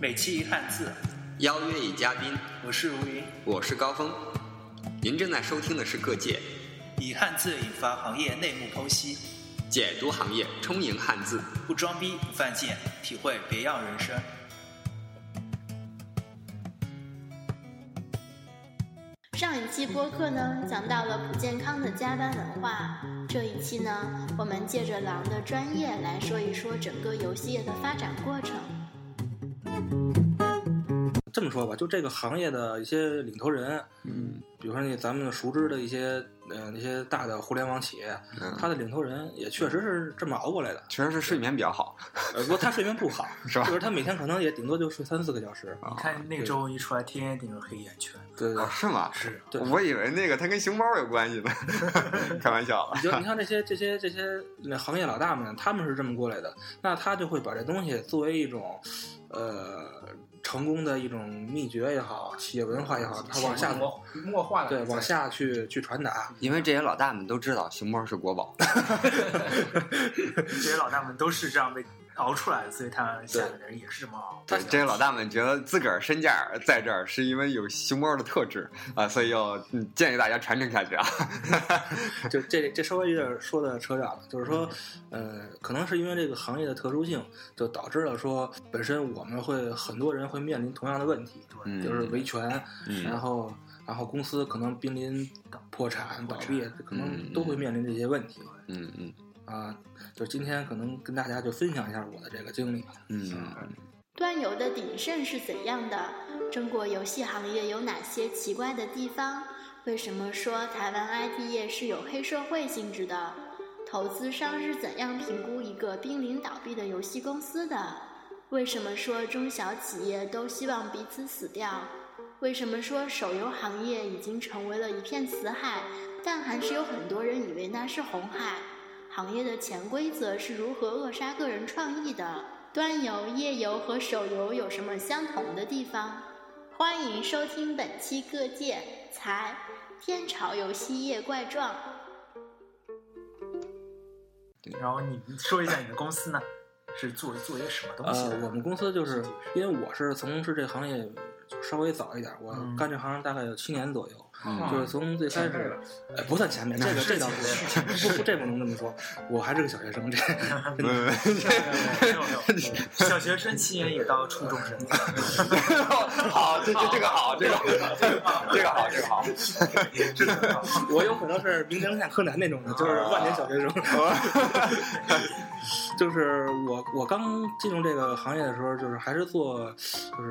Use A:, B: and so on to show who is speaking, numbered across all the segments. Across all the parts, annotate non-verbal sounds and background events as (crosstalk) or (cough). A: 每期汉字，
B: 邀约与嘉宾，
A: 我是吴云，
B: 我是高峰。您正在收听的是《各界
A: 以汉字引发行业内幕剖析，
B: 解读行业充盈汉字》，
A: 不装逼不犯贱，体会别样人生。
C: 上一期播客呢，讲到了不健康的加班文化。这一期呢，我们借着狼的专业来说一说整个游戏业的发展过程。
D: 这么说吧，就这个行业的一些领头人，
B: 嗯，
D: 比如说那咱们熟知的一些呃那些大的互联网企业，
B: 嗯
D: 他的领头人也确实是这么熬过来的。
B: 确实是睡眠比较好，
D: 呃，不过他睡眠不好，
B: 是吧
D: 就是他每天可能也顶多就睡三四个小时。
B: 啊
E: 你看那个周一出来，天天顶着黑眼圈。
D: 对对
B: 哦，是吗？
E: 是，
D: 对
B: 我以为那个它跟熊猫有关 (laughs) 系呢，开玩笑啊
D: 你就你看这些这些这些那行业老大们，他们是这么过来的，那他就会把这东西作为一种，呃，成功的一种秘诀也好，企业文化也好，他往下
E: 默默化了，
D: 对往下去去传达。
B: 因为这些老大们都知道熊猫是国宝，
E: 这些老大们都是这样被熬出来的，所以他们下面的人也是这么熬。
B: 对这些老大们觉得自个儿身价在这儿是因为有熊猫的特质啊，所以要嗯建议大家传承下去啊。
D: 就这这稍微有点说的扯远了，就是说，呃，可能是因为这个行业的特殊性，就导致了说本身我们会很多人会面临同样的问题，
B: (laughs) 嗯
D: 就是维权，然
B: 嗯
D: 后然后公司可能濒临破产、倒闭，可能都会面临这些问题
B: 嗯嗯
D: 啊。就今天可能跟大家就分享一下我的这个经历。啊
B: 嗯，
C: 端游的鼎盛是怎样的？中国游戏行业有哪些奇怪的地方？为什么说台湾 IT 业是有黑社会性质的？投资商是怎样评估一个濒临倒闭的游戏公司的？为什么说中小企业都希望彼此死掉？为什么说手游行业已经成为了一片死海，但还是有很多人以为那是红海？行业的潜规则是如何扼杀个人创意的？端游、页游和手游有什么相同的地方？欢迎收听本期《各界财天朝游戏业怪状》。
E: 然后你说一下你的公司呢， (laughs) 是做做一个什么东西
D: 呃，
E: 的？
D: 我们公司就是因为我是从事这行业就稍微早一点，我
E: 嗯
D: 干这行大概有七年左右，
B: 嗯
D: 就是从最开
E: 啊前辈
D: 始
E: 了，
D: 呃，不算前面，这个这倒不
E: (laughs) 是
D: 是，不不，这不能这么说，我还是个小学
E: (laughs)
D: 生，这
B: 嗯
D: 啊
E: 没有
D: (laughs)
E: 没有，小学生七年也到初中生，
B: 嗯 (laughs) 好，这这这个好，这个这个好，这个好。
D: 我有可能是名侦探柯南那种的，就是万年小学生。
E: 哦
D: (laughs) 就是我我刚进入这个行业的时候，就是还是做就是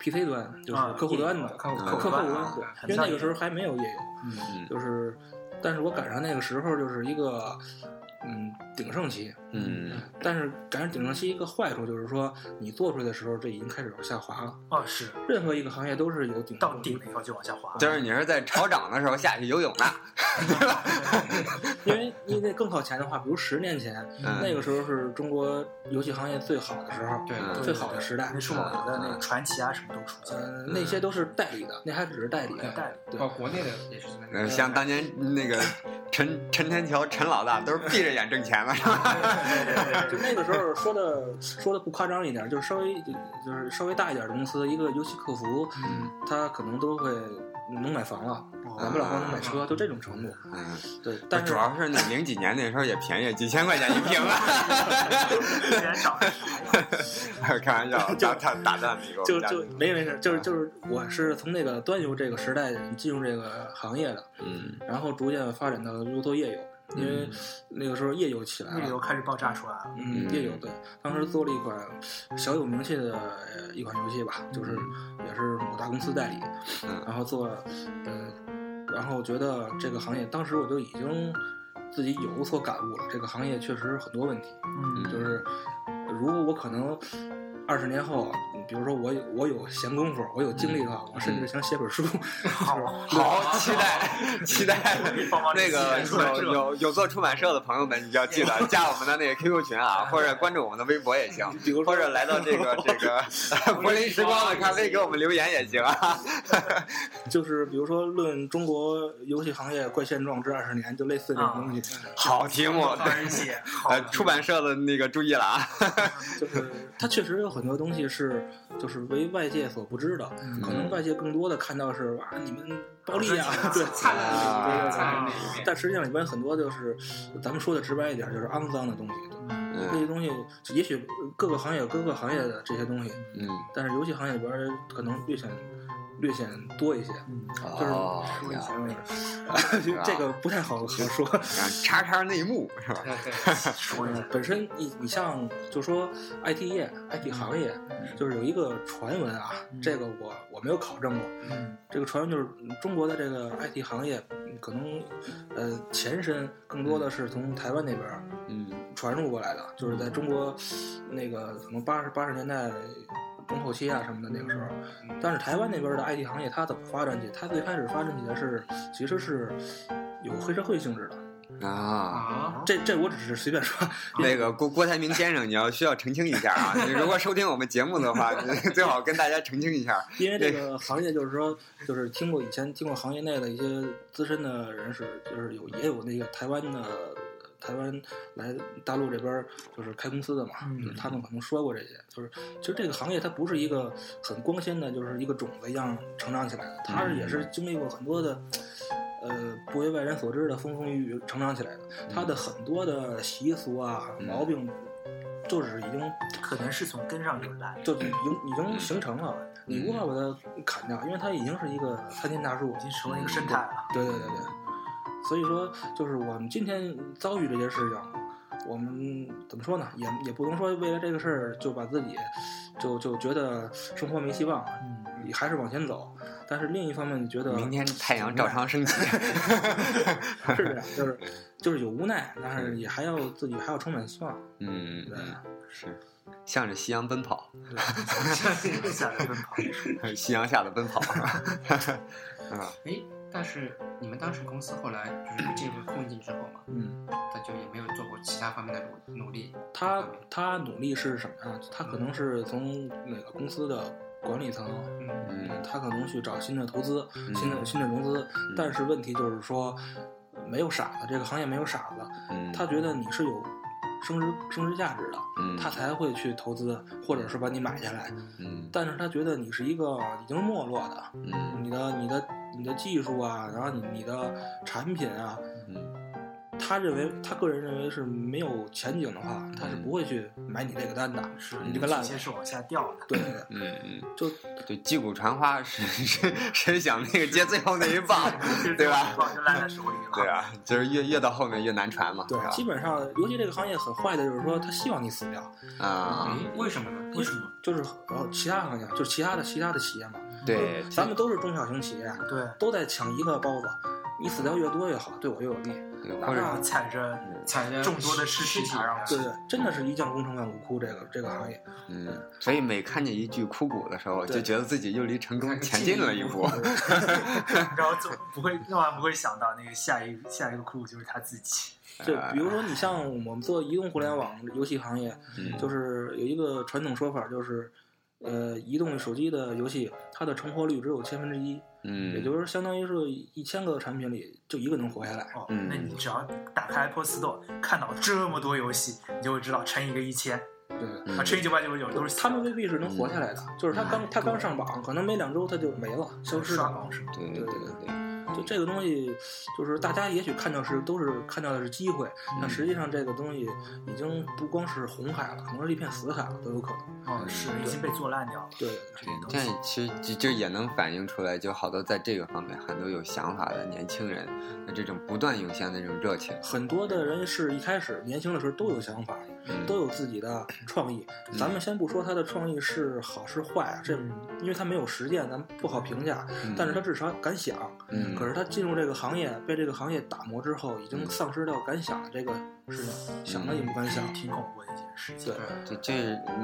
D: PC 端，就是
E: 啊
D: 客户端的
E: 客户
D: 客
E: 客户
D: 户
E: 端
D: 端，对
E: 啊，
D: 因为那个时候还没有页游，
E: 嗯，
D: 就是，但是我赶上那个时候就是一个嗯鼎盛期，
B: 嗯
D: 但是赶上鼎盛期一个坏处就是说，你做出来的时候这已经开始往下滑了。
E: 哦是，
D: 任何一个行业都是有顶
E: 到顶了以后就往下滑，
B: 就是你是在潮涨的时候下去游泳的，
D: 因为因为更靠前的话，比如十年前，
B: 嗯
D: 那个时候是中国游戏行业最好的时候，
E: 对
B: 嗯
D: 最好的时代
E: (laughs) 那数码游的那个传奇啊什么都出现，
D: 呃，那些都是代理的，那还只是代理。
E: 代理
D: 对
F: 哦，国内的也是这么
B: 呃，像当年那个陈陈天桥陈老大都是闭着眼挣钱了，是
D: (laughs)
B: 吧？
D: 就那个时候说的说的不夸张一点，就是稍微就是稍微大一点的公司，一个游戏客服，
E: 嗯
D: 他可能都会能买房了，
E: 哦
D: 买不了房能买
E: 啊
D: 车，就这种程度。
B: 嗯，
D: 对，但是
B: 主要是那零几年那时候也便宜，几千块钱一瓶
D: (laughs)
B: 啊。
E: 居然
F: (laughs)
E: 涨了啥呀？
B: 开玩笑，打打打断你一个，
D: 就
B: 我们家
D: 就
B: 里
D: 没没事，
B: 啊
D: 就是就是我是从那个端游这个时代进入这个行业的，
B: 嗯
D: 然后逐渐发展到又做夜游，因为那个时候夜游起来
E: 那个
D: 了
E: 又。开始爆炸出来了，
D: 嗯，夜游对，当时做了一款小有名气的呃一款游戏吧，就是也是某大公司代理，
B: 嗯
D: 然后做，呃，然后我觉得这个行业，当时我就已经自己有所感悟了，这个行业确实很多问题，
E: (laughs) 嗯，
D: 就是如果我可能二十年后，比如说我有我有闲工夫，我有精力的话，我甚至想写本书。嗯 (laughs) 好，
B: 好，期待 (laughs) 期待
E: 帮忙
B: 那个
E: 出来
B: 有有有做出版社的朋友们，你要记 (laughs) 得加我们的那个 QQ 群啊，或者关注我们的微博也行，
D: 比如说
B: 或者来到这个这个 (laughs) 柏林时光的咖啡给我们留言也行啊。
D: 就是比如说论中国游戏行业怪现状之二十年，就类似这种东西， (laughs)
B: 好题目，
E: 帮人
B: (laughs)
E: 写，好
B: 呃，出版社的那个注意了啊。
D: 就是它确实有很多东西是就是为外界所不知的，可能外界更多的看到是哇，你们暴力啊， (laughs) 对，
F: 灿烂的一面，
B: 啊
F: 灿烂的一面。
D: 但实际上里面很多就是，咱们说的直白一点，就是肮脏的东西。那些
B: 嗯
D: 东西，也许各个行业有各个行业的这些东西，
B: 嗯，
D: 但是游戏行业里边儿可能略显略显多一些。就是
B: 哦，
D: 对
B: 啊
D: 因为 (laughs) 这个不太好好说。
B: 叉叉内幕是吧？
F: 对对，
E: 说一下，
D: 嗯本身你你像就说 IT 业、IT 行业，就是有一个传闻啊，这个我我没有考证过。
E: 嗯
D: 这个传闻就是嗯中国的这个 IT 行业，嗯可能呃前身更多的是从台湾那边儿
B: 嗯
D: 传入过来的，就是在中国那个可能八十八十年代中后期啊什么的那个时候。但是台湾那边的 IT 行业它怎么发展起？它最开始发展起来是其实是有黑社会性质的。
B: 啊。
E: 啊，
D: 这这我只是随便说，
B: 那个郭郭台铭先生，你要需要澄清一下啊！你如果收听我们节目的话，你 (laughs) 最好跟大家澄清一下。
D: 因为这个行业就是说，就是听过以前听过行业内的一些资深的人士，就是有也有那个台湾的台湾来大陆这边儿就是开公司的嘛，
E: 嗯
D: 就是他们可能说过这些，就是其实这个行业它不是一个很光鲜的，就是一个种子一样成长起来的，它是也
E: 嗯
D: 是经历过很多的。呃，不为外人所知的风风雨雨成长起来的，
E: 嗯
D: 它的很多的习俗啊、
B: 嗯
D: 毛病，就是已经
E: 可能是从根上就来，
D: 就已经已经形成了，你无法把它砍掉，因为它已经是一个参天大树
E: 已。经成为一个生态了。
D: 对对对对，所以说就是我们今天遭遇这些事情，我们怎么说呢？也也不能说为了这个事儿就把自己就就觉得生活没希望，
E: 嗯，
D: 你还是往前走。但是另一方面，你觉得
B: 明天太阳照常 (laughs) 升起。
D: 是这样，就是就是有无奈，但是也还要自己还要充满希望。
B: 嗯，
D: 对，
B: 嗯是， (laughs) 向着夕阳奔跑，
E: 下来奔跑，
B: (laughs)
D: 哎
B: 夕阳下的奔
D: (laughs)
B: 跑。嗯
F: 哎，但是你们当时公司后来就是进入困境之后嘛，
D: 嗯。
F: 他就也没有做过其他方面的努努力。
D: 他他努力是什么呀？他可能是从哪个公司的管理层，
F: 嗯，
B: 嗯
D: 他可能去找新的投资、新的新的融资，但是问题就是说，没有傻子，这个行业没有傻子，
B: 嗯，
D: 他觉得你是有升值升值价值的，
B: 嗯
D: 他才会去投资，或者是把你买下来。
B: 嗯
D: 但是他觉得你是一个已经没落的，
B: 嗯
D: 你的你的你的技术啊，然后你你的产品啊，
B: 嗯
D: 他认为他个人认为是没有前景的话，他
B: 嗯
D: 是不会去买你这个单的。
E: 是
F: 嗯
D: 你这个烂
E: 直接是往下掉的。
B: (laughs)
D: 对对对，
B: 嗯嗯，
D: 就
B: 对，击鼓传花是 (laughs) 是是想那个接最后那一
F: 啊
B: (laughs)
D: (laughs)
B: 棒，对吧？
E: 早就烂在手里了。
B: 对，啊，就是越越到后面越难传嘛，
D: 对，啊
B: 吧
D: 基？本上，尤其这个行业很坏的就是说，他希望你死掉，嗯
B: 啊，
F: 哎，为什么呢？为什么？
D: 就是然后其他行业，就是其他的其他的企业嘛，
B: 对，
D: 嗯咱们都是中小型企业，啊
E: 对，
D: 都在抢一个包子，你死掉越多越好，对我越有利。
B: 对
E: 然
B: 或者
E: 后踩着
B: 嗯
F: 踩着
E: 众多的尸体爬上
D: 对
E: 去，
D: 对，真的是一将功成万骨枯，这个这个行业，
B: 嗯，所以每看见一具枯骨的时候，
D: 对
B: 就觉得自己又离成功前进了一 (laughs) 步。
E: (laughs)
D: (laughs)
E: 然后总不会，万万不会想到那个下一下一个酷就是他自己。
D: 就比如说你像我们做移动互联网游戏行业，
B: 嗯
D: 就是有一个传统说法，就是呃，移动手机的游戏它的成活率只有千分之一，也
B: 嗯，
D: 就是说相当于是一千个产品里就一个能活下来。
E: 哦，
B: 嗯
E: 那你只要打开 Apple Store 看到这么多游戏，你就会知道乘一个一千
D: 对，
B: 嗯
E: 啊，乘以九百九十九都是嗯
D: 他们未必是能活下来的，就是他刚他刚上榜，可能没两周他就没了，消失
E: 刷
D: 了
E: 榜。是吗？
B: 嗯对对对对对，
D: 就这个东西，就是大家也许看到是都是看到的是机会，但实际上这个东西已经不光是红海了，可能是一片死海了都有可能。
E: 哦，是已经被做烂掉了。
D: 对对
E: 这些东
B: 这
E: 西，
B: 样其实就就也能反映出来，就好多在这个方面很多有想法的年轻人，那这种不断涌现的这种热情，
D: 很多的人是一开始年轻的时候都有想法，
B: 嗯
D: 都有自己的创意。咱们先不说他的创意是好是坏啊，这因为他没有实践，咱们不好评价。
B: 嗯
D: 但是他至少敢想，
B: 嗯，
D: 可是他进入这个行业，被这个行业打磨之后，已经丧失掉敢想的这个事情，想了也不敢想。
E: 挺恐怖的一件事情。
D: 对，
B: 这这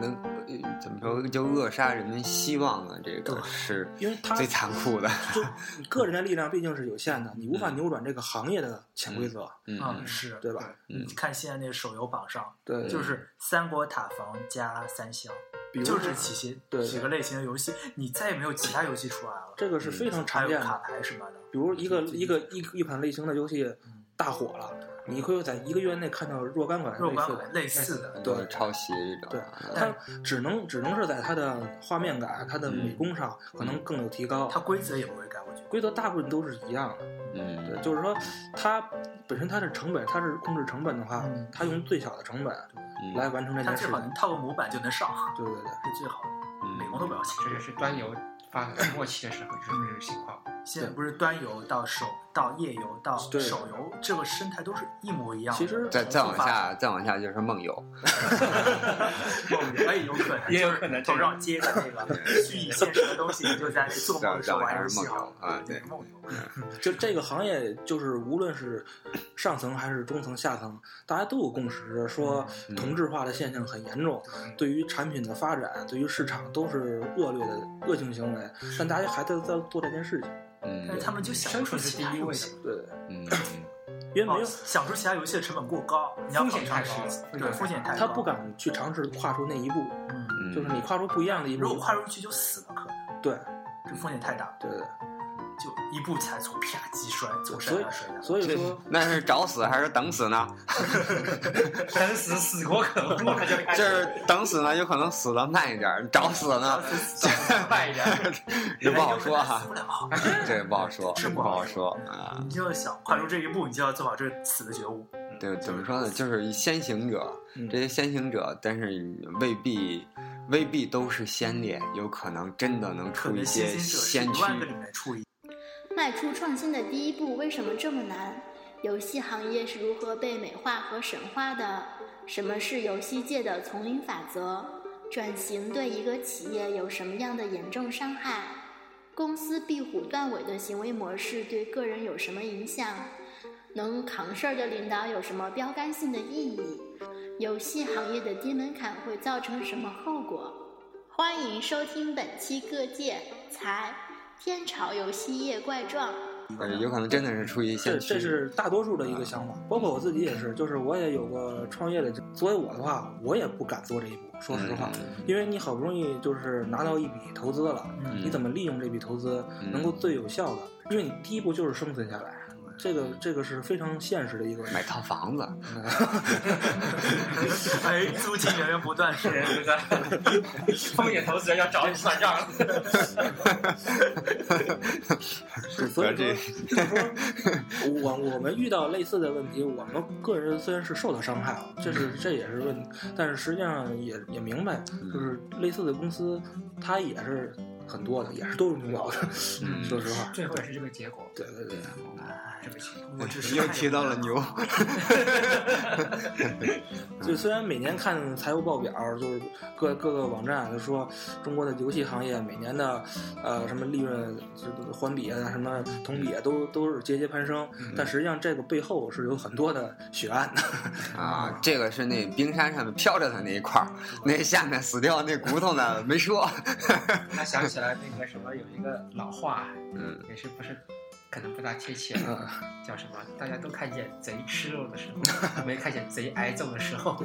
B: 能呃怎么说，就扼杀人们希望了，这个是
D: 因为他
B: 最残酷的，
D: (laughs) 就你个人的力量毕竟是有限的，你无法扭转这个行业的潜规则。
E: 啊，
B: 嗯
E: 是
D: 对吧？
B: 嗯
E: 你看现在那个手游榜上，
D: 对，
E: 就是三国塔防加三消，
D: 比如
E: 就
D: 说
E: 是这些
D: 对
E: 几个类型的游戏，你再也没有其他游戏出来了。
B: 嗯
D: 这个是非常
E: 还
D: 常
E: 有
D: 见
E: 卡
D: 的，
E: 牌什么的，
D: 比如一个一个一一款类型的游戏，大火了，你会在一个月内看到若干款
E: 若
D: 哎类
E: 干
D: 似
E: 款嗯
D: 的。嗯
E: 类似的，
B: 很多的抄袭这种
D: 对
B: 啊，
D: 它只能只能是在它的画面感、啊它的
B: 嗯
D: 美工上可能更有提高。
E: 它规则也不会改，我觉得。
D: 规则大部分都是一样的，对，
B: 嗯，
D: 就是说它本身它是成本，它是控制成本的话
E: 嗯，
D: 它用最小的成本
B: 嗯
D: 来，完成这
E: 它
D: 件事
E: 最好能
D: 情。
E: 套个模板就能上，
D: 对对对，
E: 这最好。
B: 嗯
E: 美工都不要钱
F: 这。就是端游发展末期的时候就是这种情 (laughs) 况。
E: 现在不是端游到手到页游到
D: 对
E: 手游，这个生态都是一模一样的。
D: 其实
B: 再再往
E: 发展
B: 下，再往下就是梦游，
E: 哎，有可能，
F: (laughs) 也有可能
E: 头上接着那个虚拟现实的东西，你就在那做梦的时候玩游戏
B: 啊对
E: 梦游。
D: 就这个行业，就是无论是上层还是中层、下层，大家都有共识，说
B: 嗯
D: 同质化的现象很严重，对于产品的发展、对于市场都是恶劣的恶性行为，但大家还在在做这件事情，
E: 但是
B: 嗯
E: 他们就想
F: 生
E: 不出
F: 存是
E: 其
F: 第
E: 他
F: 一
E: 游
F: 位
E: 戏，
F: 的，
D: 对对，
B: 嗯，
D: 因为没
E: 哦
D: 有
E: 想出其他游戏的成本过高，你要
F: 风险
E: 考
F: 太
E: 虑
F: 高了
E: 对，风险太高，
D: 他不。敢去尝试跨出那一步，
E: 嗯，
B: 嗯
D: 就是你跨出不一样的一步，
E: 如果跨出去就死了，可能
D: 对
E: 这风险太大，
D: 对对，
E: 就一步踩错，啪击摔，左摔
D: 所以
E: 右摔的。
D: 所以
B: 这
D: 说。
B: 那是找死还是等死呢？
F: 等死死国可恶，他就开
B: 就
F: 始
B: 是等死呢，有可能死的慢一点儿，找死
E: 啊
B: 呢，(laughs)
F: 慢一点。
B: 这不好说
E: 哎死
B: 哈
E: 不，了，
B: (laughs) 这个不好说，
E: 是
B: 不
E: 不
B: 好
E: 好
B: 说
E: 说
B: 啊。
E: 你就想跨出这一步，你就要做好这个死的觉悟。
B: 对，怎么说呢？就是先行者，
D: 嗯
B: 这些先行者，但是未必未必都是先烈，有可能真的能出
E: 可
B: 一
E: 能新
B: 些
E: 兴者是
B: 先
E: 一
B: 驱。
E: 万个里面出一
C: 迈出创新的第一步为什么这么难？游戏行业是如何被美化和神化的？什么是游戏界的丛林法则？转型对一个企业有什么样的严重伤害？公司壁虎断尾的行为模式对个人有什么影响？能扛事儿的领导有什么标杆性的意义？游戏行业的低门槛会造成什么后果？欢迎收听本期各界财天朝游戏业怪状。
B: 呃，有可能真的是出于
D: 这
B: 先驱。
D: 这是大多数的一个想
B: 嗯
D: 法，包括我自己也是，就是我也有过创业的经。作为我的话，我也不敢做这一步，说实话，
B: 嗯
D: 因为你好不容易就是拿到一笔投资了，
E: 嗯
D: 你怎么利用这笔投资
B: 嗯
D: 能够最有效的？因为你第一步就是生存下来，这个这个是非常现实的一个问题
B: 买。套房子，
E: 哎，租金源源不断是
F: 对不对？风险投资人要找你算账了。
D: 所以说，
B: 呃这
D: 就是说，我我们遇到类似的问题，我们个人虽然是受到伤害了，这是这也是问，但是实际上也也明白，就是类似的公司，它也是很多的，也是都是牛毛的。
B: 嗯
D: 说实话，
F: 最后也是这个结果，
D: 对对对，
F: 这个情况。
E: 我只
B: (laughs)
E: 是
B: 又提到了牛，
D: 就虽然每年看财务报表，就是各各个网站就说中国的游戏行业每年的呃什么利润就是环比啊、什么同比啊，都都是节节攀升，但实际上这个背后是有很多的血案的。
B: 啊，这个是那冰山上面飘着的那一块儿，那下面死掉那骨头呢没说。 (laughs)
F: 他想起来那个什么，有一个老话，
B: 嗯，
F: 也是不是，可能不大贴切，啊
D: 嗯
F: (laughs) 叫什么？大家都看见贼吃肉的时候，没看见贼挨揍的时候。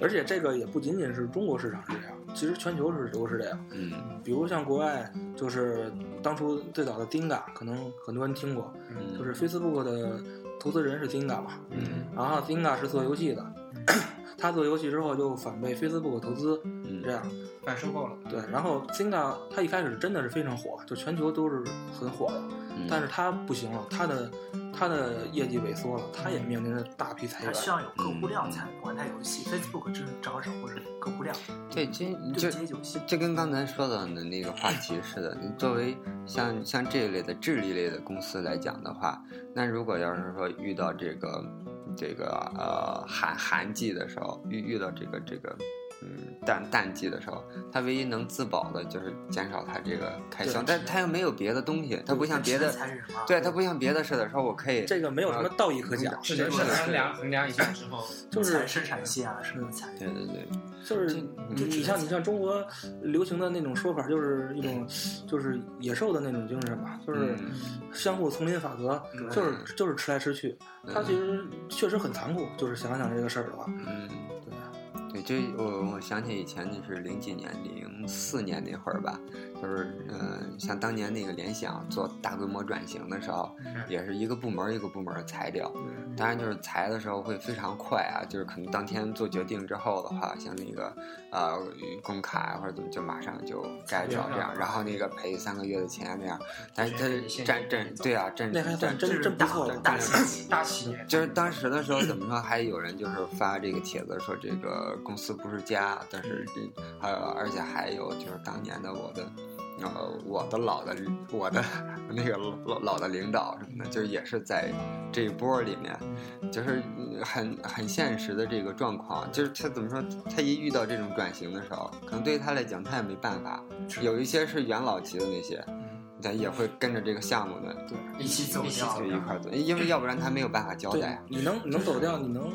D: 而且这个也不仅仅是中国市场是这样，其实全球是都是这样。
B: 嗯
D: 比如像国外，就是当初最早的 Dinga，可能很多人听过，就是 Facebook 的投资人是 Dinga 嘛，
B: 嗯
D: 然后 Dinga 是做游戏的， (coughs) 他做游戏之后就反被 Facebook 投资，
B: 嗯
D: 这样
F: 反收购了，
D: 对。然后 Dinga 他一开始真的是非常火，就全球都是很火的，
B: 嗯，
D: 但是他不行了，他的他的业绩萎缩了，他也面临着大批裁
E: 它
D: 员。
E: 需要有客户
B: 嗯
E: 量才能玩它游戏。Facebook 只是找找或者客户量
B: 这这
E: 对
B: 就
E: 接游戏。
B: 这跟刚才说到的那个话题似的，你作为像像这一类的智力类的公司来讲的话，那如果要是说遇到这个这个呃寒寒季的时候，遇遇到这个这个嗯淡淡季的时候，它唯一能自保的就是减少它这个开销，
D: 对
B: 但它又没有别的东西，它不像别的
E: 是，裁人嘛，
B: 对，它不像别的似的，说我可以
D: 这个没有什么道义可讲，
F: 只能是衡量衡量一下之后，
D: (laughs) 就是
E: 裁生产线啊什么裁
B: 对对对，
D: 就是
B: 这
D: 你你像你像中国流行的那种说法，就是一种就是野兽的那种精神吧，就是
B: 嗯
D: 相互丛林法则，
B: 嗯
D: 就是就是吃来吃去。它其实确实很残酷，就是想想这个事儿的话，
B: 嗯，
D: 对，
B: 对，这我我想起以前那是零几年、零四年那会儿吧，就是嗯、呃像当年那个联想做大规模转型的时候，也是一个部门儿一个部门儿裁掉。当然，就是裁的时候会非常快啊，就是可能当天做决定之后的话，像那个呃工卡啊或者怎么，就马上就该
F: 对
B: 掉这样
F: 啊，
B: 然后那个赔三个月的钱这样。但是
F: 对
B: 他
F: 现在
B: 占占对啊，占
D: 那还
B: 占
D: 算真真不错，
E: 大
D: (laughs)
E: 大喜
F: 大企业
B: 就是当时的时候，怎么说还有人就是发这个帖子说这个公司不是家，但是这还有而且还有就是当年的我的，呃，我的老的我的那个老老的领导什么的，就是也是在这一波里面，就是嗯很很现实的这个状况，就是他怎么说，他一遇到这种转型的时候，可能对于他来讲他也没办法，有一些是元老级的那些，他也会跟着这个项目的
F: 嗯一起走
B: 一起
F: 掉
B: 就一块儿走，因为要不然他没有办法交
D: 对
B: 代。，
D: 你能你能走掉，你能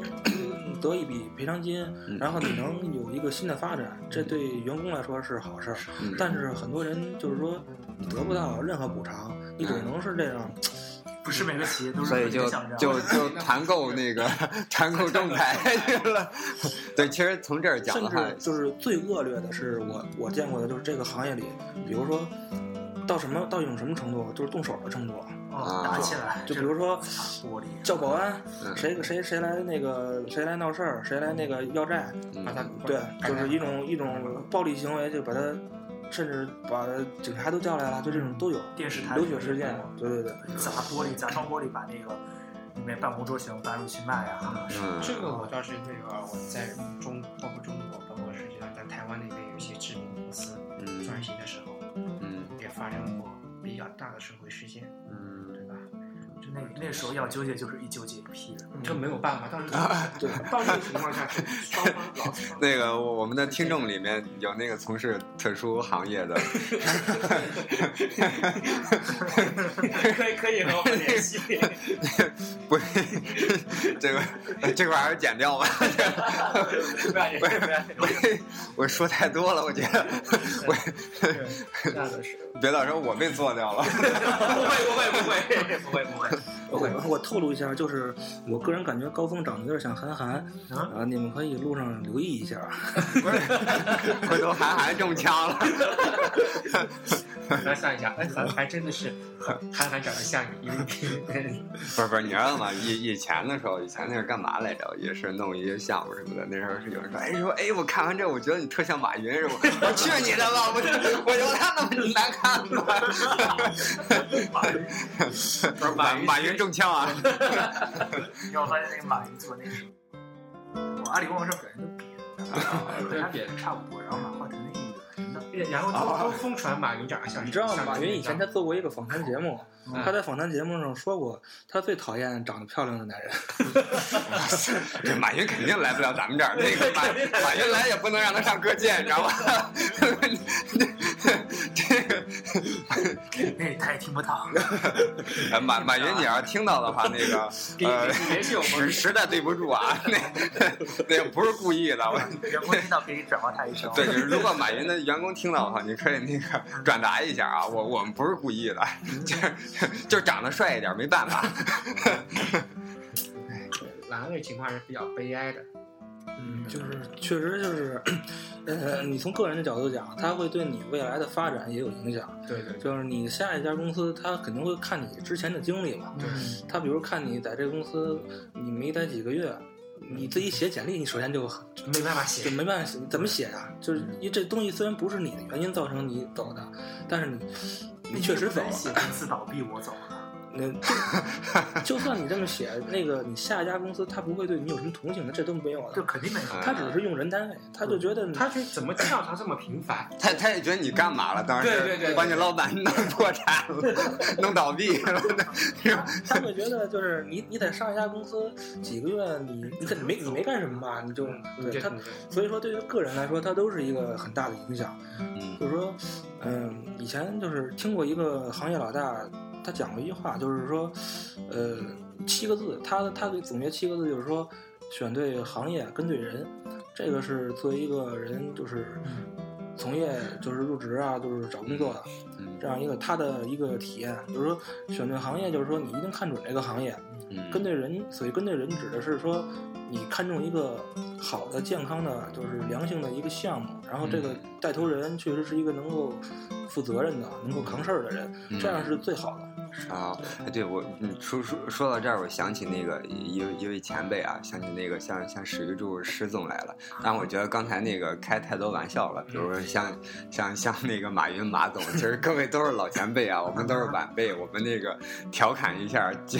D: 得一笔赔偿金，然后你能有一个新的发展，这对员工来说是好事儿。
B: 嗯
D: 但是很多人就是说，你得不到任何补偿，你只能是这样。
E: 不是每个企业都
B: 所以
E: 是
B: 就
E: 像这样。
B: 就就团购那个团购中牌去了。对，其实从这儿讲
D: 甚
B: 的话
D: 至，就是最恶劣的是我我见过的，就是这个行业里，比如说到什么到一种什么程度，啊就是动手的程度。
B: 啊
E: 哦打起来，
D: 就比如说
E: 玻璃，
D: 叫保安，
B: 嗯
D: 谁谁谁来那个谁来闹事儿，谁来那个要债，
B: 嗯哎
F: 把它
D: 对，就是一种一种暴力行为，就把他甚至把警察都叫来了，就这种都有。
E: 电视台嗯
D: 流血事件，对对对，
E: 砸玻璃，砸窗玻璃，把那个里面办公桌型搬出去卖啊。
B: 嗯，
F: 这个我倒是那个我在中包括中国包括世界上在台湾那边有一些知名公司
B: 嗯
F: 转型的时候，
B: 嗯
F: 也发生过比较大的社会事件，对
B: 嗯
F: 吧？
E: 就那
D: 嗯
E: 那时候要纠结，就是一纠结一批人。
F: 这没有办法，
D: (laughs)
F: 当时
D: 啊
F: 当时的情况下是双方老死
B: 那个我我们的听众里面有那个从事特殊行业的，
F: 可以可以和我们联系，
B: 不，这个这块还是剪掉吧。
F: 不要紧不要紧，
D: (laughs)
B: 我说太多了，我觉得
D: (laughs)
F: 那倒是
B: 别到时候我被做掉了。
F: 不会不会不会不会不会，
D: 我我透露一下，就是我个人感觉高峰长得有点像韩寒，
E: 嗯
D: 啊，你们可以路上留意一下。啊
B: 不是，回头韩寒中枪了。
F: 来算一下，哎，
D: 嗯
F: 咱还真的是韩寒长得像你，因
D: (laughs)
F: 为
B: 不是不是，你知道吗？以以前的时候，以前那是干嘛来着？也是弄一些项目什么的。那时候是有人说，哎，说哎，我看完这，我觉得你特像马云，是吧？我去你的吧！我我有他那么难看吗？不是马马云中枪 (laughs) 啊！
E: 你要发现那个马云做那个，我阿里工程师本人都
D: 啊
E: 比，跟他比的差不多，然后马化腾那一个，
F: 然后都都疯传马云长得像
D: 啊你知道
F: 像
D: 马云以前他做过一个访谈节目，
F: 嗯
D: 他在访谈节目上说过，他最讨厌长得漂亮的男人。
B: 这马云肯定来不了咱们这儿。那个马马云来也不能让他上歌界，你知道吧？这个
E: 那他也听不到。
B: 呃马马云，你要是听到的话，那
F: (laughs)
B: 个
F: 别
B: 呃。
F: 别是有
B: 实实在对不住啊，那那个不是故意的，我
E: 员工听到可以转化他一声。
B: 对，就是如果马云的员工听到的话，你可以那个
F: 嗯
B: 转达一下啊，我我们不是故意的，就是就长得帅一点，没办法。
F: 蓝哎的情况是比较悲哀的，
D: 嗯，就是确实就是，呃，你从个人的角度讲，他会对你未来的发展也有影响。
F: 对对对
D: 就是你下一家公司，他肯定会看你之前的经历嘛。
E: 嗯
D: 他比如看你在这个公司你没待几个月，你自己写简历，你首先就很
F: 没办法
D: 就
F: 写，
D: 没办法写，怎么写呀、就是
F: 嗯
D: 因为这东西虽然不是你的原因造成你走的，但是你你确实走
E: 写
D: (laughs) 了。
E: 公司倒闭，我走了。
D: 那就就算你这么写，那个你下一家公司他不会对你有什么同情的，这都没有
E: 这
D: 的。
E: 肯定没有。
D: 他只是用人单位，他就觉得你
F: 他是怎么跳槽这么频繁？
B: 他他也觉得你干嘛了？当时
F: 对对对对
B: 把你老板弄破产了，弄倒闭了。
D: 他会觉得就是你你在上一家公司几个月，你你怎么没你没干什么吧？你就
F: 嗯
D: 对他，所以说对于个人来说，它都是一个很大的影响。
B: 嗯
D: 就是说，嗯，以前就是听过一个行业老大，他讲过一句话，就是说，呃，七个字，他他给总结七个字，就是说，选对行业，跟对人，这个是作为一个人就是从业就是入职啊，就是找工作的
B: 嗯
D: 这样一个他的一个体验，就是说选对行业，就是说你一定
B: 嗯
D: 嗯看准这个行业，跟对人，所以跟对人指的是说，你看中一个好的、健康的，就是良性的一个项目。然后这
B: 嗯
D: 个带头人确实是一个能够负责任的、能够扛事儿的
B: 嗯
D: 人，这样是最好的。
B: 啊，对我，你说说说到这儿，我想起那个一一位前辈啊，想起那个像像史玉柱史总来了，但我觉得刚才那个开太多玩笑了，比如说像像像那个马云马总，其实各位都是老前辈啊，我们都是晚辈，我们那个调侃一下，借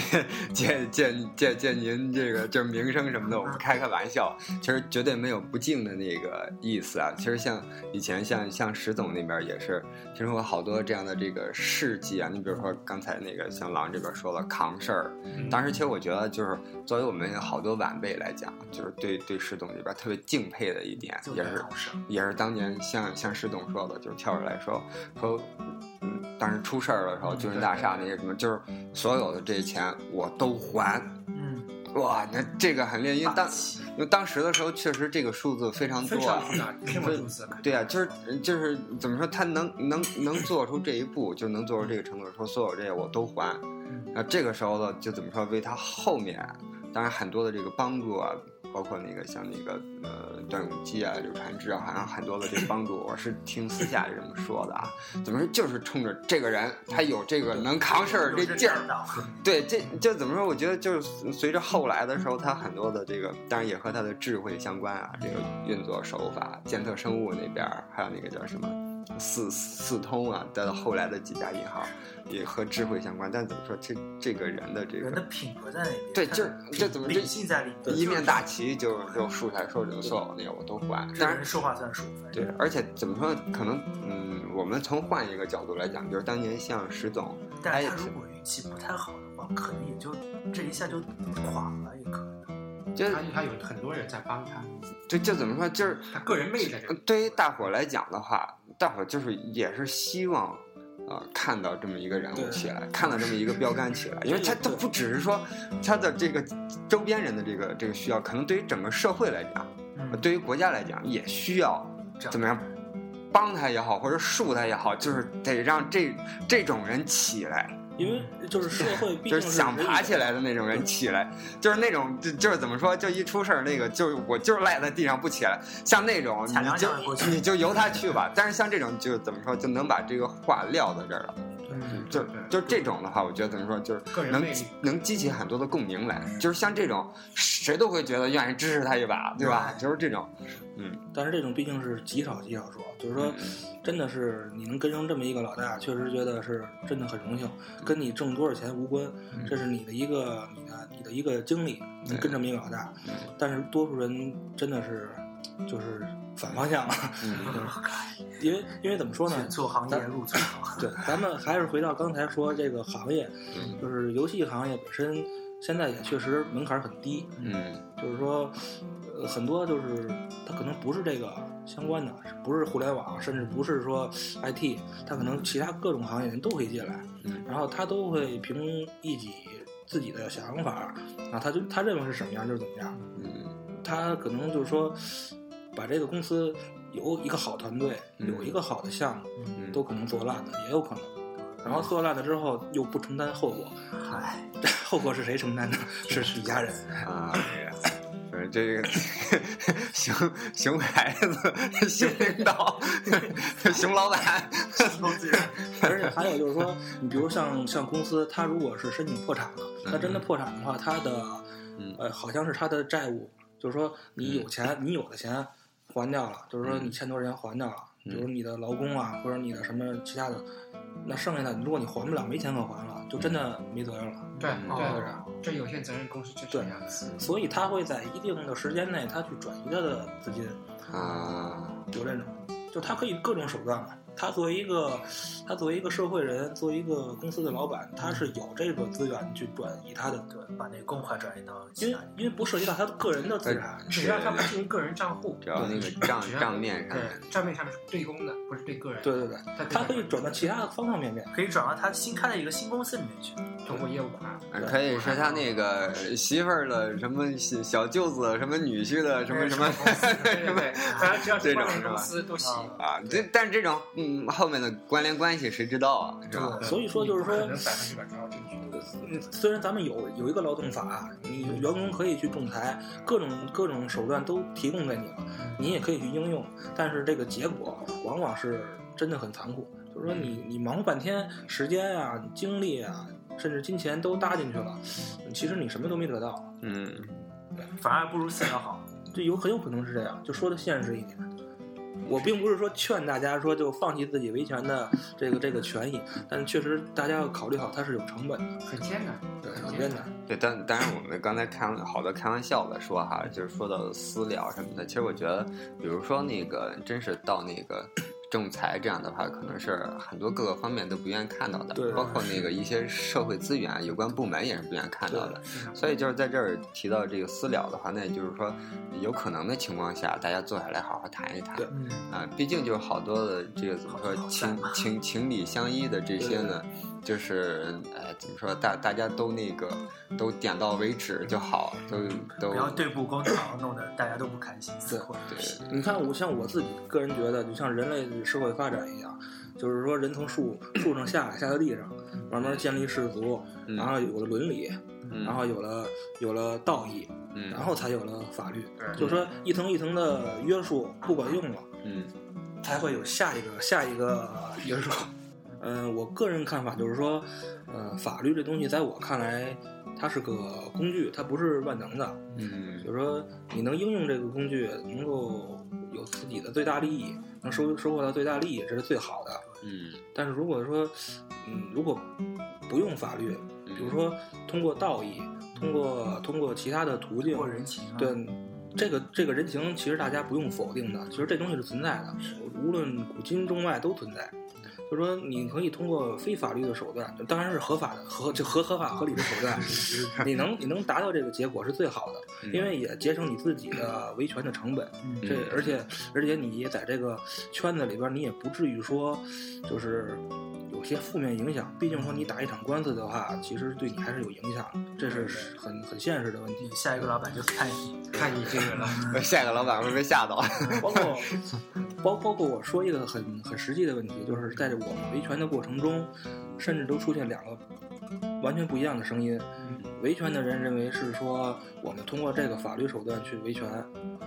B: 借借借借您这个就是名声什么的，我们开开玩笑，其实绝对没有不敬的那个意思啊。其实像以前像像史总那边也是，听说好多这样的这个事迹啊，你比如说刚才。那个像狼这边说了扛事儿，嗯
F: 嗯
B: 当时其实我觉得就是作为我们好多晚辈来讲，就是对对石董这边特别敬佩的一点，也是也是当年像像石董说的，就是跳出来说说，嗯，当时出事儿的时候，军人大厦那些什么，就是所有的这些钱我都还。哇，那这个很厉害，因为当因为当时的时候，确实这个数字非常多，啊
F: 非常
B: (laughs)
F: 天文数字。
B: 对啊，就是就是怎么说，他能能能做出这一步，就能做出这个程度，说所有这些我都还。那这个时候呢，就怎么说，为他后面，当然很多的这个帮助啊，包括那个像那个呃段永基啊、柳传志啊，好像很多的这个帮助，我是听私下里这么说的啊。怎么说，就是冲着这个人，他有这个能扛事儿这劲儿。 (laughs) 对，这这怎么说？我觉得就是随着后来的时候，他很多的这个，当然也和他的智慧相关啊。这个运作手法、监测生物那边，还有那个叫什么四四通啊，再到后来的几家银行，也和智慧相关。但怎么说，这这个人的这个
E: 人的品格在那边，
B: 对，就这怎么这
E: 理性在里面，
B: 一面大旗就就竖起来说这个所有那个我都还。当然
E: 说话算数。
B: 对，而且怎么说，可能嗯，我们从换一个角度来讲，就是当年像石总，
E: 但是他如果运气不太好。可能也就这一下就垮了，也可能。
B: 就
F: 他他有很多人在帮他。
B: 就就怎么说，就是
F: 他个人魅力。
B: 对于大伙来讲的话，大伙就是也是希望啊、呃、看到这么一个人物起来，看到这么一个标杆起来，因为他他不只是说他的这个周边人的这个这个需要，可能对于整个社会来讲，嗯、对于国家来讲也需要怎么样。帮他也好，或者树他也好，就是得让这这种人起来。
D: 因为就是社会，
B: 就是想爬起来的那种人起来，就是那种就就是怎么说，就一出事儿那个，就我就是赖在地上不起来，像那种你就你就由他去吧。但是像这种就怎么说，就能把这个话撂到这儿了。就就这种的话，我觉得怎么说，就是能能激起很多的共鸣来。就是像这种，谁都会觉得愿意支持他一把，对吧？就是这种，嗯。
D: 但是这种毕竟是极少极少数，啊就是说，真的是你能跟上这么一个老大，确实觉得是真的很荣幸。跟你挣多少钱无关，这是你的一个你的你的一个经历，你跟这么一个老大。
B: 嗯
D: 但是多数人真的是就是反方向
B: (laughs)
D: 了，
B: 哦嗯
D: 因为因为怎么说呢？
E: 做行业入错行。
D: 对，咱们还是回到刚才说这个行业，就是游戏行业本身现在也确实门槛很低。
B: 嗯，
D: 就是说。呃，很多就是它可能不是这个相关的，不是互联网，甚至不是说 IT，它可能其他各种行业人都可以进来，
B: 嗯、
D: 然后他都会凭一己自己的想法，啊，他就他认为是什么样就是怎么样，
B: 嗯，
D: 他可能就是说把这个公司有一个好团队，
B: 嗯、
D: 有一个好的项目，
B: 嗯、
D: 都可能做烂的，也有可能。然后做烂了之后又不承担后果，
E: 唉，
D: (laughs) 后果是谁承担的？是是一家人
B: 啊。这个熊熊孩子、熊领导、熊老板，
D: 而且还有就是说，你比如像像公司，它如果是申请破产了，它真的破产的话，它的呃好像是它的债务，就是说你有钱，你有的钱还掉了，就是说你欠多少钱还掉了，比如你的劳工啊，或者你的什么其他的，那剩下的如果你还不了，没钱可还了，就真的没责任了。
F: 对
B: 嗯
D: 对
B: 哦
F: 对。这有限责任公司就是这样子，
D: 所以他会在一定的时间内，他去转移他的资金
B: 啊，
D: 有这种，就他可以各种手段嘛。他作为一个，他作为一个社会人，作为一个公司的老板，他是有这个资源去转移他的，
E: 对，把那个公款转移到，
D: 因为因为不涉及到他个人的资产，
F: 只要他不进行个人账户，
B: 只要那个账账面上，
F: 对，账面上面是对公的，不是对个人。
D: 对对对，他可以转到其他的方方面面，
E: 可以转到他新开的一个新公司里面去。
F: 通过业务卡，
B: 啊可以是他那个媳妇儿的什么小舅子、什么女婿的
F: 呃
B: 什么什么， (laughs)
F: 对对，反正只要
B: 这种
F: 公司都行
B: 啊。这但是这种嗯后面的关联关系谁知道啊？是吧？
D: 所以说就是说，
F: 百分之百抓到证据。
D: 嗯虽然咱们有有一个劳动法，啊你员工可以去仲裁，各种各种手段都提供给你了，你也可以去应用，但是这个结果往往是真的很残酷。就是说你你忙活半天，时间啊、精力啊，甚至金钱都搭进去了，其实你什么都没得到。
B: 嗯，
E: 反而还不如饲料好。
D: 这有很有可能是这样。就说的现实一点，我并不是说劝大家说就放弃自己维权的这个这个权益，但确实大家要考虑好，它是有成本的，
F: 很艰难，
D: 对，很艰难。
B: 对，但当然我们刚才开玩好多开玩笑的说哈，就是说到私聊什么的，其实我觉得，比如说那个真是到那个 (clears throat) 仲裁这样的话，可能是很多各个方面都不愿意看到的，
D: 对
B: 包括那个一些社会资源啊有关部门也是不愿意看到的。所以就是在这儿提到这个私了的话，那也就是说，有可能的情况下，大家坐下来好好谈一谈。
D: 对
E: 嗯，
B: 啊，毕竟就是好多的这个怎么说情情情理相依的这些呢，就是哎怎么说大大家都那个都点到为止就好，都都
E: 不要对簿公堂，弄得大家都不开心，撕破
B: 对
E: 脸。
D: 你看我像我自己个人觉得，就像人类社会发展一样，就是说人从树树上下来，下到地上，慢慢建立氏族，
B: 嗯
D: 然后有了伦理，
B: 嗯
D: 然后有了有了道义，
B: 嗯
D: 然后才有了法律。
F: 对
D: 就是说一层一层的约束不管用了。
B: 嗯
D: 才会有下一个下一个约束。嗯，我个人看法就是说，呃，法律这东西在我看来，它是个工具，它不是万能的。
B: 嗯
D: 就是说，你能应用这个工具，能够有自己的最大利益，能收收获到最大利益，这是最好的。
B: 嗯
D: 但是如果说，嗯，如果不用法律，比如说通过道义，通过通过其他的途径，
E: 过人情啊，
D: 对，这个这个人情其实大家不用否定的，其实这东西是存在的，无论古今中外都存在。就说你可以通过非法律的手段，当然是合法的合就合合法合理的手段，你能你能达到这个结果是最好的，因为也节省你自己的维权的成本。
E: 嗯
D: 这而且而且你也在这个圈子里边，你也不至于说就是有些负面影响。毕竟说你打一场官司的话，其实对你还是有影响的，这是很很现实的问题
E: 你。下一个老板就是看你，
F: (laughs) 看你这个
E: (laughs)
F: 了，
B: 嗯，下一个老板会被吓到。
D: 包括包包括我说一个很很实际的问题，就是在我们维权的过程中，甚至都出现两个完全不一样的声音。
E: 嗯
D: 维权的人认为是说我们通过这个法律手段去维权，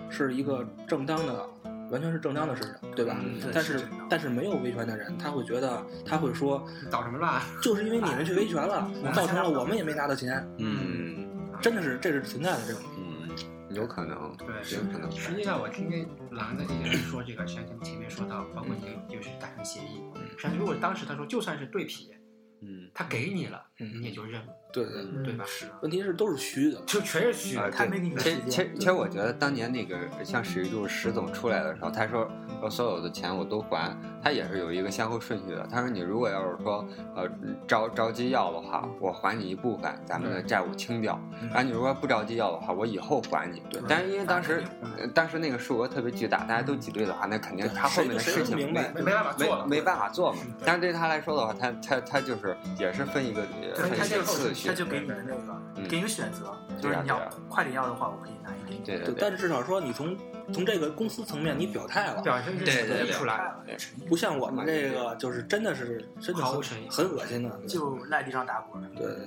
D: 是一个正当的，完全是正当的事情，对吧？
B: 嗯
E: 对
D: 但
E: 是
D: 是
E: 正当
D: 但是没有维权的人，他会觉得他会说，
F: 你捣什么乱？
D: 就是因为你们去维权了，
E: 哎
D: 造成了我们也没拿到钱，
B: 嗯
D: 真的是这是存在的这种。
B: 嗯，有可能，
F: 对，
B: 有可能。
F: 实际上，我听见狼的这些人说这个，实际上前面说到，包括你就是达成协议，实际上如果当时他说就算是对匹，
B: 嗯
F: 他给你了，
D: 嗯
F: 你也就认了，
D: 对对，对
E: 嗯
F: 对吧？
D: 问题是都是虚的。
F: 就全是虚
B: 啊，
F: 的，
E: 他没
B: 对
E: 给，你
B: 其
E: 时
B: 实
E: 间
B: 其实其实我觉得当年那个像史玉柱史总出来的时候，他说说所有的钱我都还，他也是有一个先后顺序的。他说你如果要是说呃着着急要的话，我还你一部分咱们的债务清掉；然后你如果不着急要的话，我以后还你。对，但是因为当时呃当时那个数额特别巨大，大家都挤兑的话，那肯定他后面的
D: 谁
B: 事
D: 都
B: 情
D: 明
B: 没
D: 白
F: 没办法做了，
B: 没办法做嘛
F: 嗯。对
B: 但是对他来说的话，他他他就是也是分一个
E: 对
B: 分
E: 他
B: 一
E: 就
B: 个次序
E: 他，就给你的那个，
B: 嗯
E: 给你个选择，就
B: 对
E: 是
B: 啊
E: 你要
B: 对啊
E: 快点要的话，我可以拿一点点。
B: 对对
D: 对，
B: 对
D: 但是至少说你从从这个公司层面你表态了，
F: 表现是
B: 对对
F: 呈
B: 对
F: 现出来了，
D: 不像我们这个就是真的是真的
F: 毫
D: 很
F: 无诚意
D: 很恶心的，对
E: 就赖地上打滚儿。
D: 对对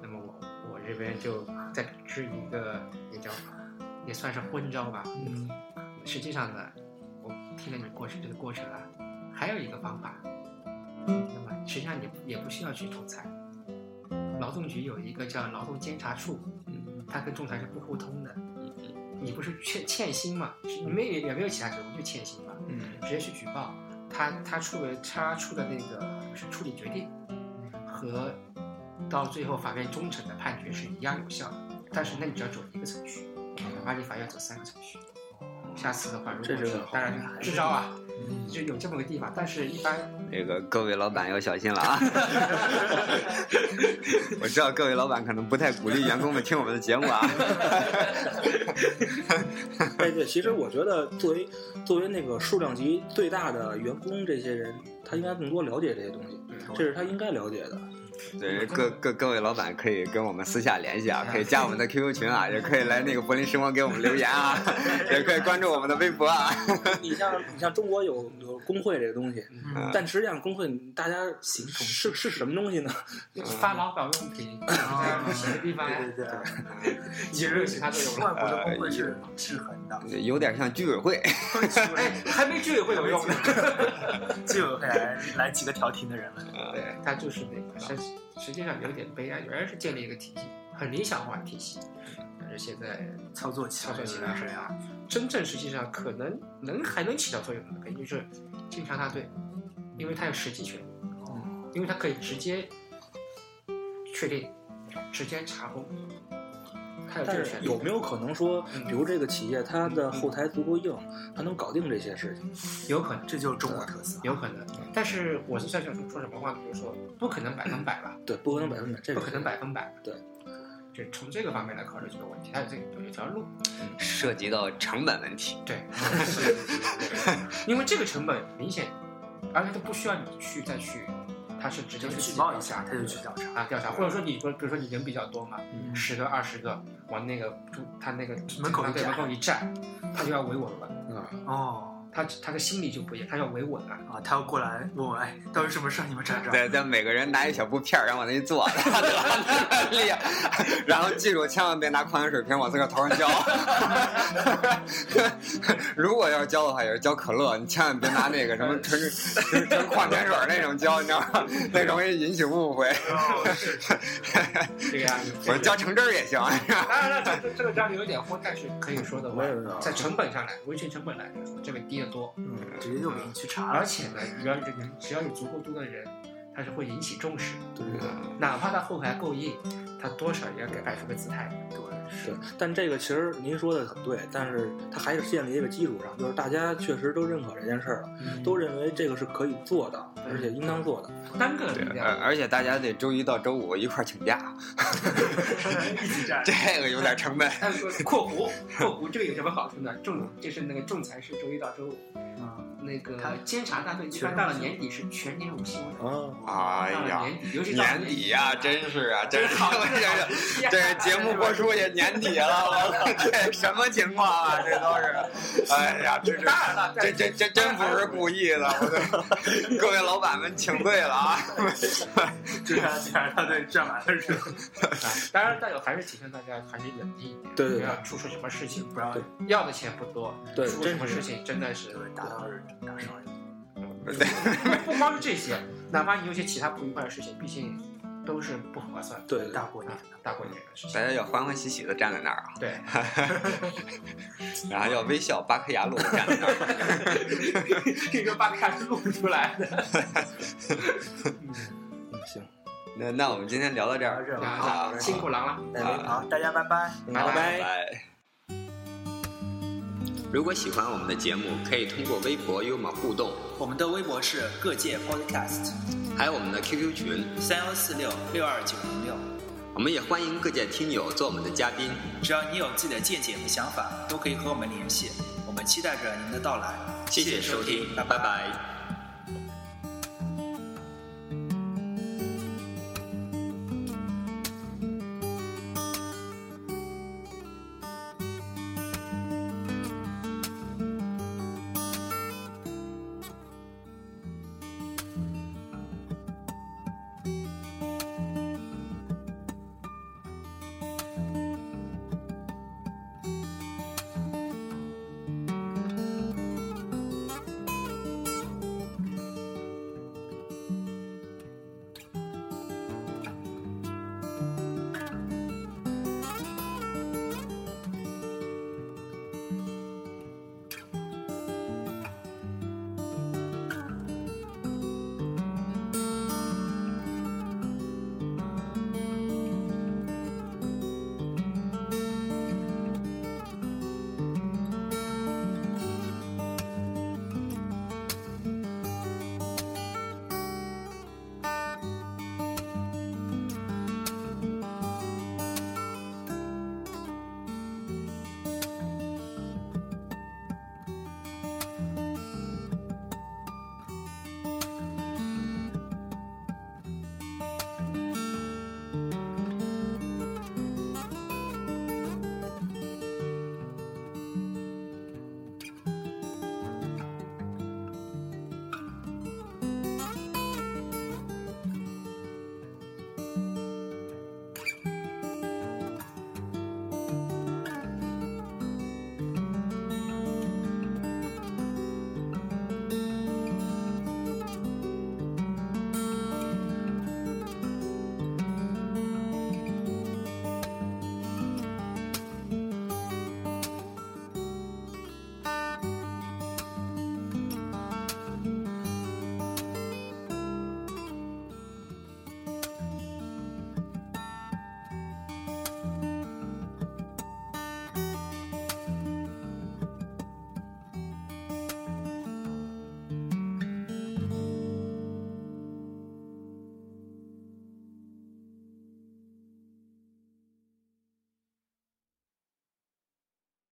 F: 那么我我这边就再支一个也叫也算是昏招吧。
E: 嗯，
F: 实际上呢，我听了你过程这个过程啊，还有一个方法。那么实际上你也不需要去仲裁，劳动局有一个叫劳动监察处，
E: 嗯
F: 它跟仲裁是不互通的。你不是欠欠薪嘛？是你没也没有其他职务，就欠薪嘛。
E: 嗯，
F: 直接去举报，他他出的他出的那个就是处理决定和到最后法院终审的判决是一样有效的，但是那你只要走一个程序，而你法院走三个程序。下次的话，如果
D: 这是
F: 是
D: 个好
F: 当然是支招啊，就有这么个地方，但是一般
B: 那个各位老板要小心了啊！ (laughs) 我知道各位老板可能不太鼓励员工们听我们的节目啊。
D: 对，哎对，其实我觉得作为作为那个数量级最大的员工这些人，他应该更多了解这些东西，这是他应该了解的。
B: 对，各各各位老板可以跟我们私下联系啊，可以加我们的 QQ 群啊，也可以来那个柏林时光给我们留言啊， (laughs) 也可以关注我们的微博啊。
D: 你像你像中国有有工会这个东西，
B: 嗯
D: 但实际上工会大家是是是什么东西呢？
F: 发劳保用品，
E: 啊
F: 在什么地方呀？
E: 对对对，
F: 其实其他都有
E: 外
F: 了，
E: 国的工会是制衡的，
B: 有点像居委会，
F: 哎，还没居委会有用呢。
E: 居委会来来几个调停的人了。
F: 对，它就是那个，实实际上有点悲哀，原来是建立一个体系，很理想化的体系，但是现在
E: 操作起
F: 操作起来很啊，真正实际上可能能还能起到作用的，肯定就是警察大队，因为它有实际权，
D: 哦
F: 因为它可以直接确定，直接查封，它有这
D: 但
F: 个
D: 是
F: 权利。
D: 有没有可能说，
F: 嗯
D: 比如这个企业它的后台足够硬，它能搞定这些事情？
F: 有可能，
E: 这就是中国特色。
F: 有可能。但是我是想想说什么话呢？就是说，不可能百分百吧，
D: 对，不可能百分百，这
F: 不
D: 个
F: 可能百分百。
D: 对，
F: 就是从这个方面来考虑这个问题，它有这有一条路。
B: 涉及到成本问题。
F: 对，是， (laughs) 因为这个成本明显，而且它不需要你去再去，它是直接去
E: 举报一下，他就去调查。
F: 啊调查，或者说你说，比如说你人比较多嘛，
E: 嗯
F: 十个二十个往那个住他那个
E: 门口一
F: 对
E: 站
F: 门口一站，他就要维稳了，
D: 啊，
E: 哦
F: 他他的心理就不一样，他要维稳了。
E: 啊，他要过来问我，哎，到底什么事儿你们查查？
B: 对，咱每个人拿一小布片儿，然后往那一坐， (laughs) 厉害。然后记住，千万别拿矿泉水瓶往自个儿头上浇。 (laughs) 如果要是浇的话，也是浇可乐，你千万别拿那个什么纯纯纯矿泉水那种浇，你知道吗？ (laughs) 那容易引起误会。
F: (laughs) 对呀，你
B: 我说浇橙汁儿也行。
F: 当然了，这这个章有点荒，但是可以说的话
D: 没有没有，
F: 在成本上来，维权成本来说，这个低得多。
E: 嗯，直接就给你去查
F: 而
E: 了。
F: 且呢，只要人只要有足够多的人，他是会引起重视，
D: 对对对
F: 哪怕他后台够硬，他多少也要给摆出个姿态。对，
D: 对。但这个其实您说的很对，但是它还是建立一个基础上，就是大家确实都认可这件事儿了，都认为这个是可以做的，而且应当做的。
F: 单个力
B: 呃
F: 量，
B: (laughs) 而且大家得周一到周五一块儿请假，
E: 一起站。
B: 这个有点成本。
F: 他说（括弧括弧）这个有什么好处呢？仲就是那个仲裁是周一到周五，
E: 嗯，
F: 那
E: 他
F: 个监察大队一般到了年底是全年无休的。
D: 啊，
B: 哎
F: 到了
B: 呀，
F: 年底，尤其到了
B: 年底呀，真是啊，真是
F: 好，
B: (laughs) 我觉得。这个节目播出也年底了，我操，这什么情况啊？这都是，哎呀，这是
F: 当然了，
B: 这这这真不是故意的，我的 (laughs) 各位老板们请罪了啊！ (laughs)
F: (laughs)
E: 对啊，对啊，他对站满了人，
F: 当然，但有还是提醒大家还是冷静一点，
D: 对对对
F: 不要出出什么事情。
E: 不让
D: 对
F: 要的钱不多，
D: 对
F: 出什
D: 真
F: 么
D: 是
F: 事情真的是
E: 打到人，打伤人。
F: (laughs) 不光是这些，哪怕你有些其他不愉快的事情，毕竟都是不合算。
D: 对哎对
E: 大过年
F: 啊，大过年的事
B: 大
F: 情，
B: 家要欢欢喜喜的站在那儿啊，
F: 对， (laughs)
B: 然后要微笑八颗牙路的站在那儿。 (laughs)
F: 这个把看是录不出
D: (laughs)
F: 来的。
D: 嗯，行，
B: 那那我们今天聊到这
E: 打到
B: 儿，
E: 这儿了。
F: 啊，辛苦狼了，
E: 哎好，大家拜拜。
D: 拜
B: 拜。如果喜欢我们的节目，可以通过微博与我们互动，
A: 我们的微博是各界 Podcast
B: 还有我们的 QQ 群，
A: 三幺四六六二九零六。
B: 我们也欢迎各界听友做我们的嘉宾。
A: 只要你有自己的见解和想法，都可以和我们联系。我们期待着您的到来。
B: 谢谢收听，拜拜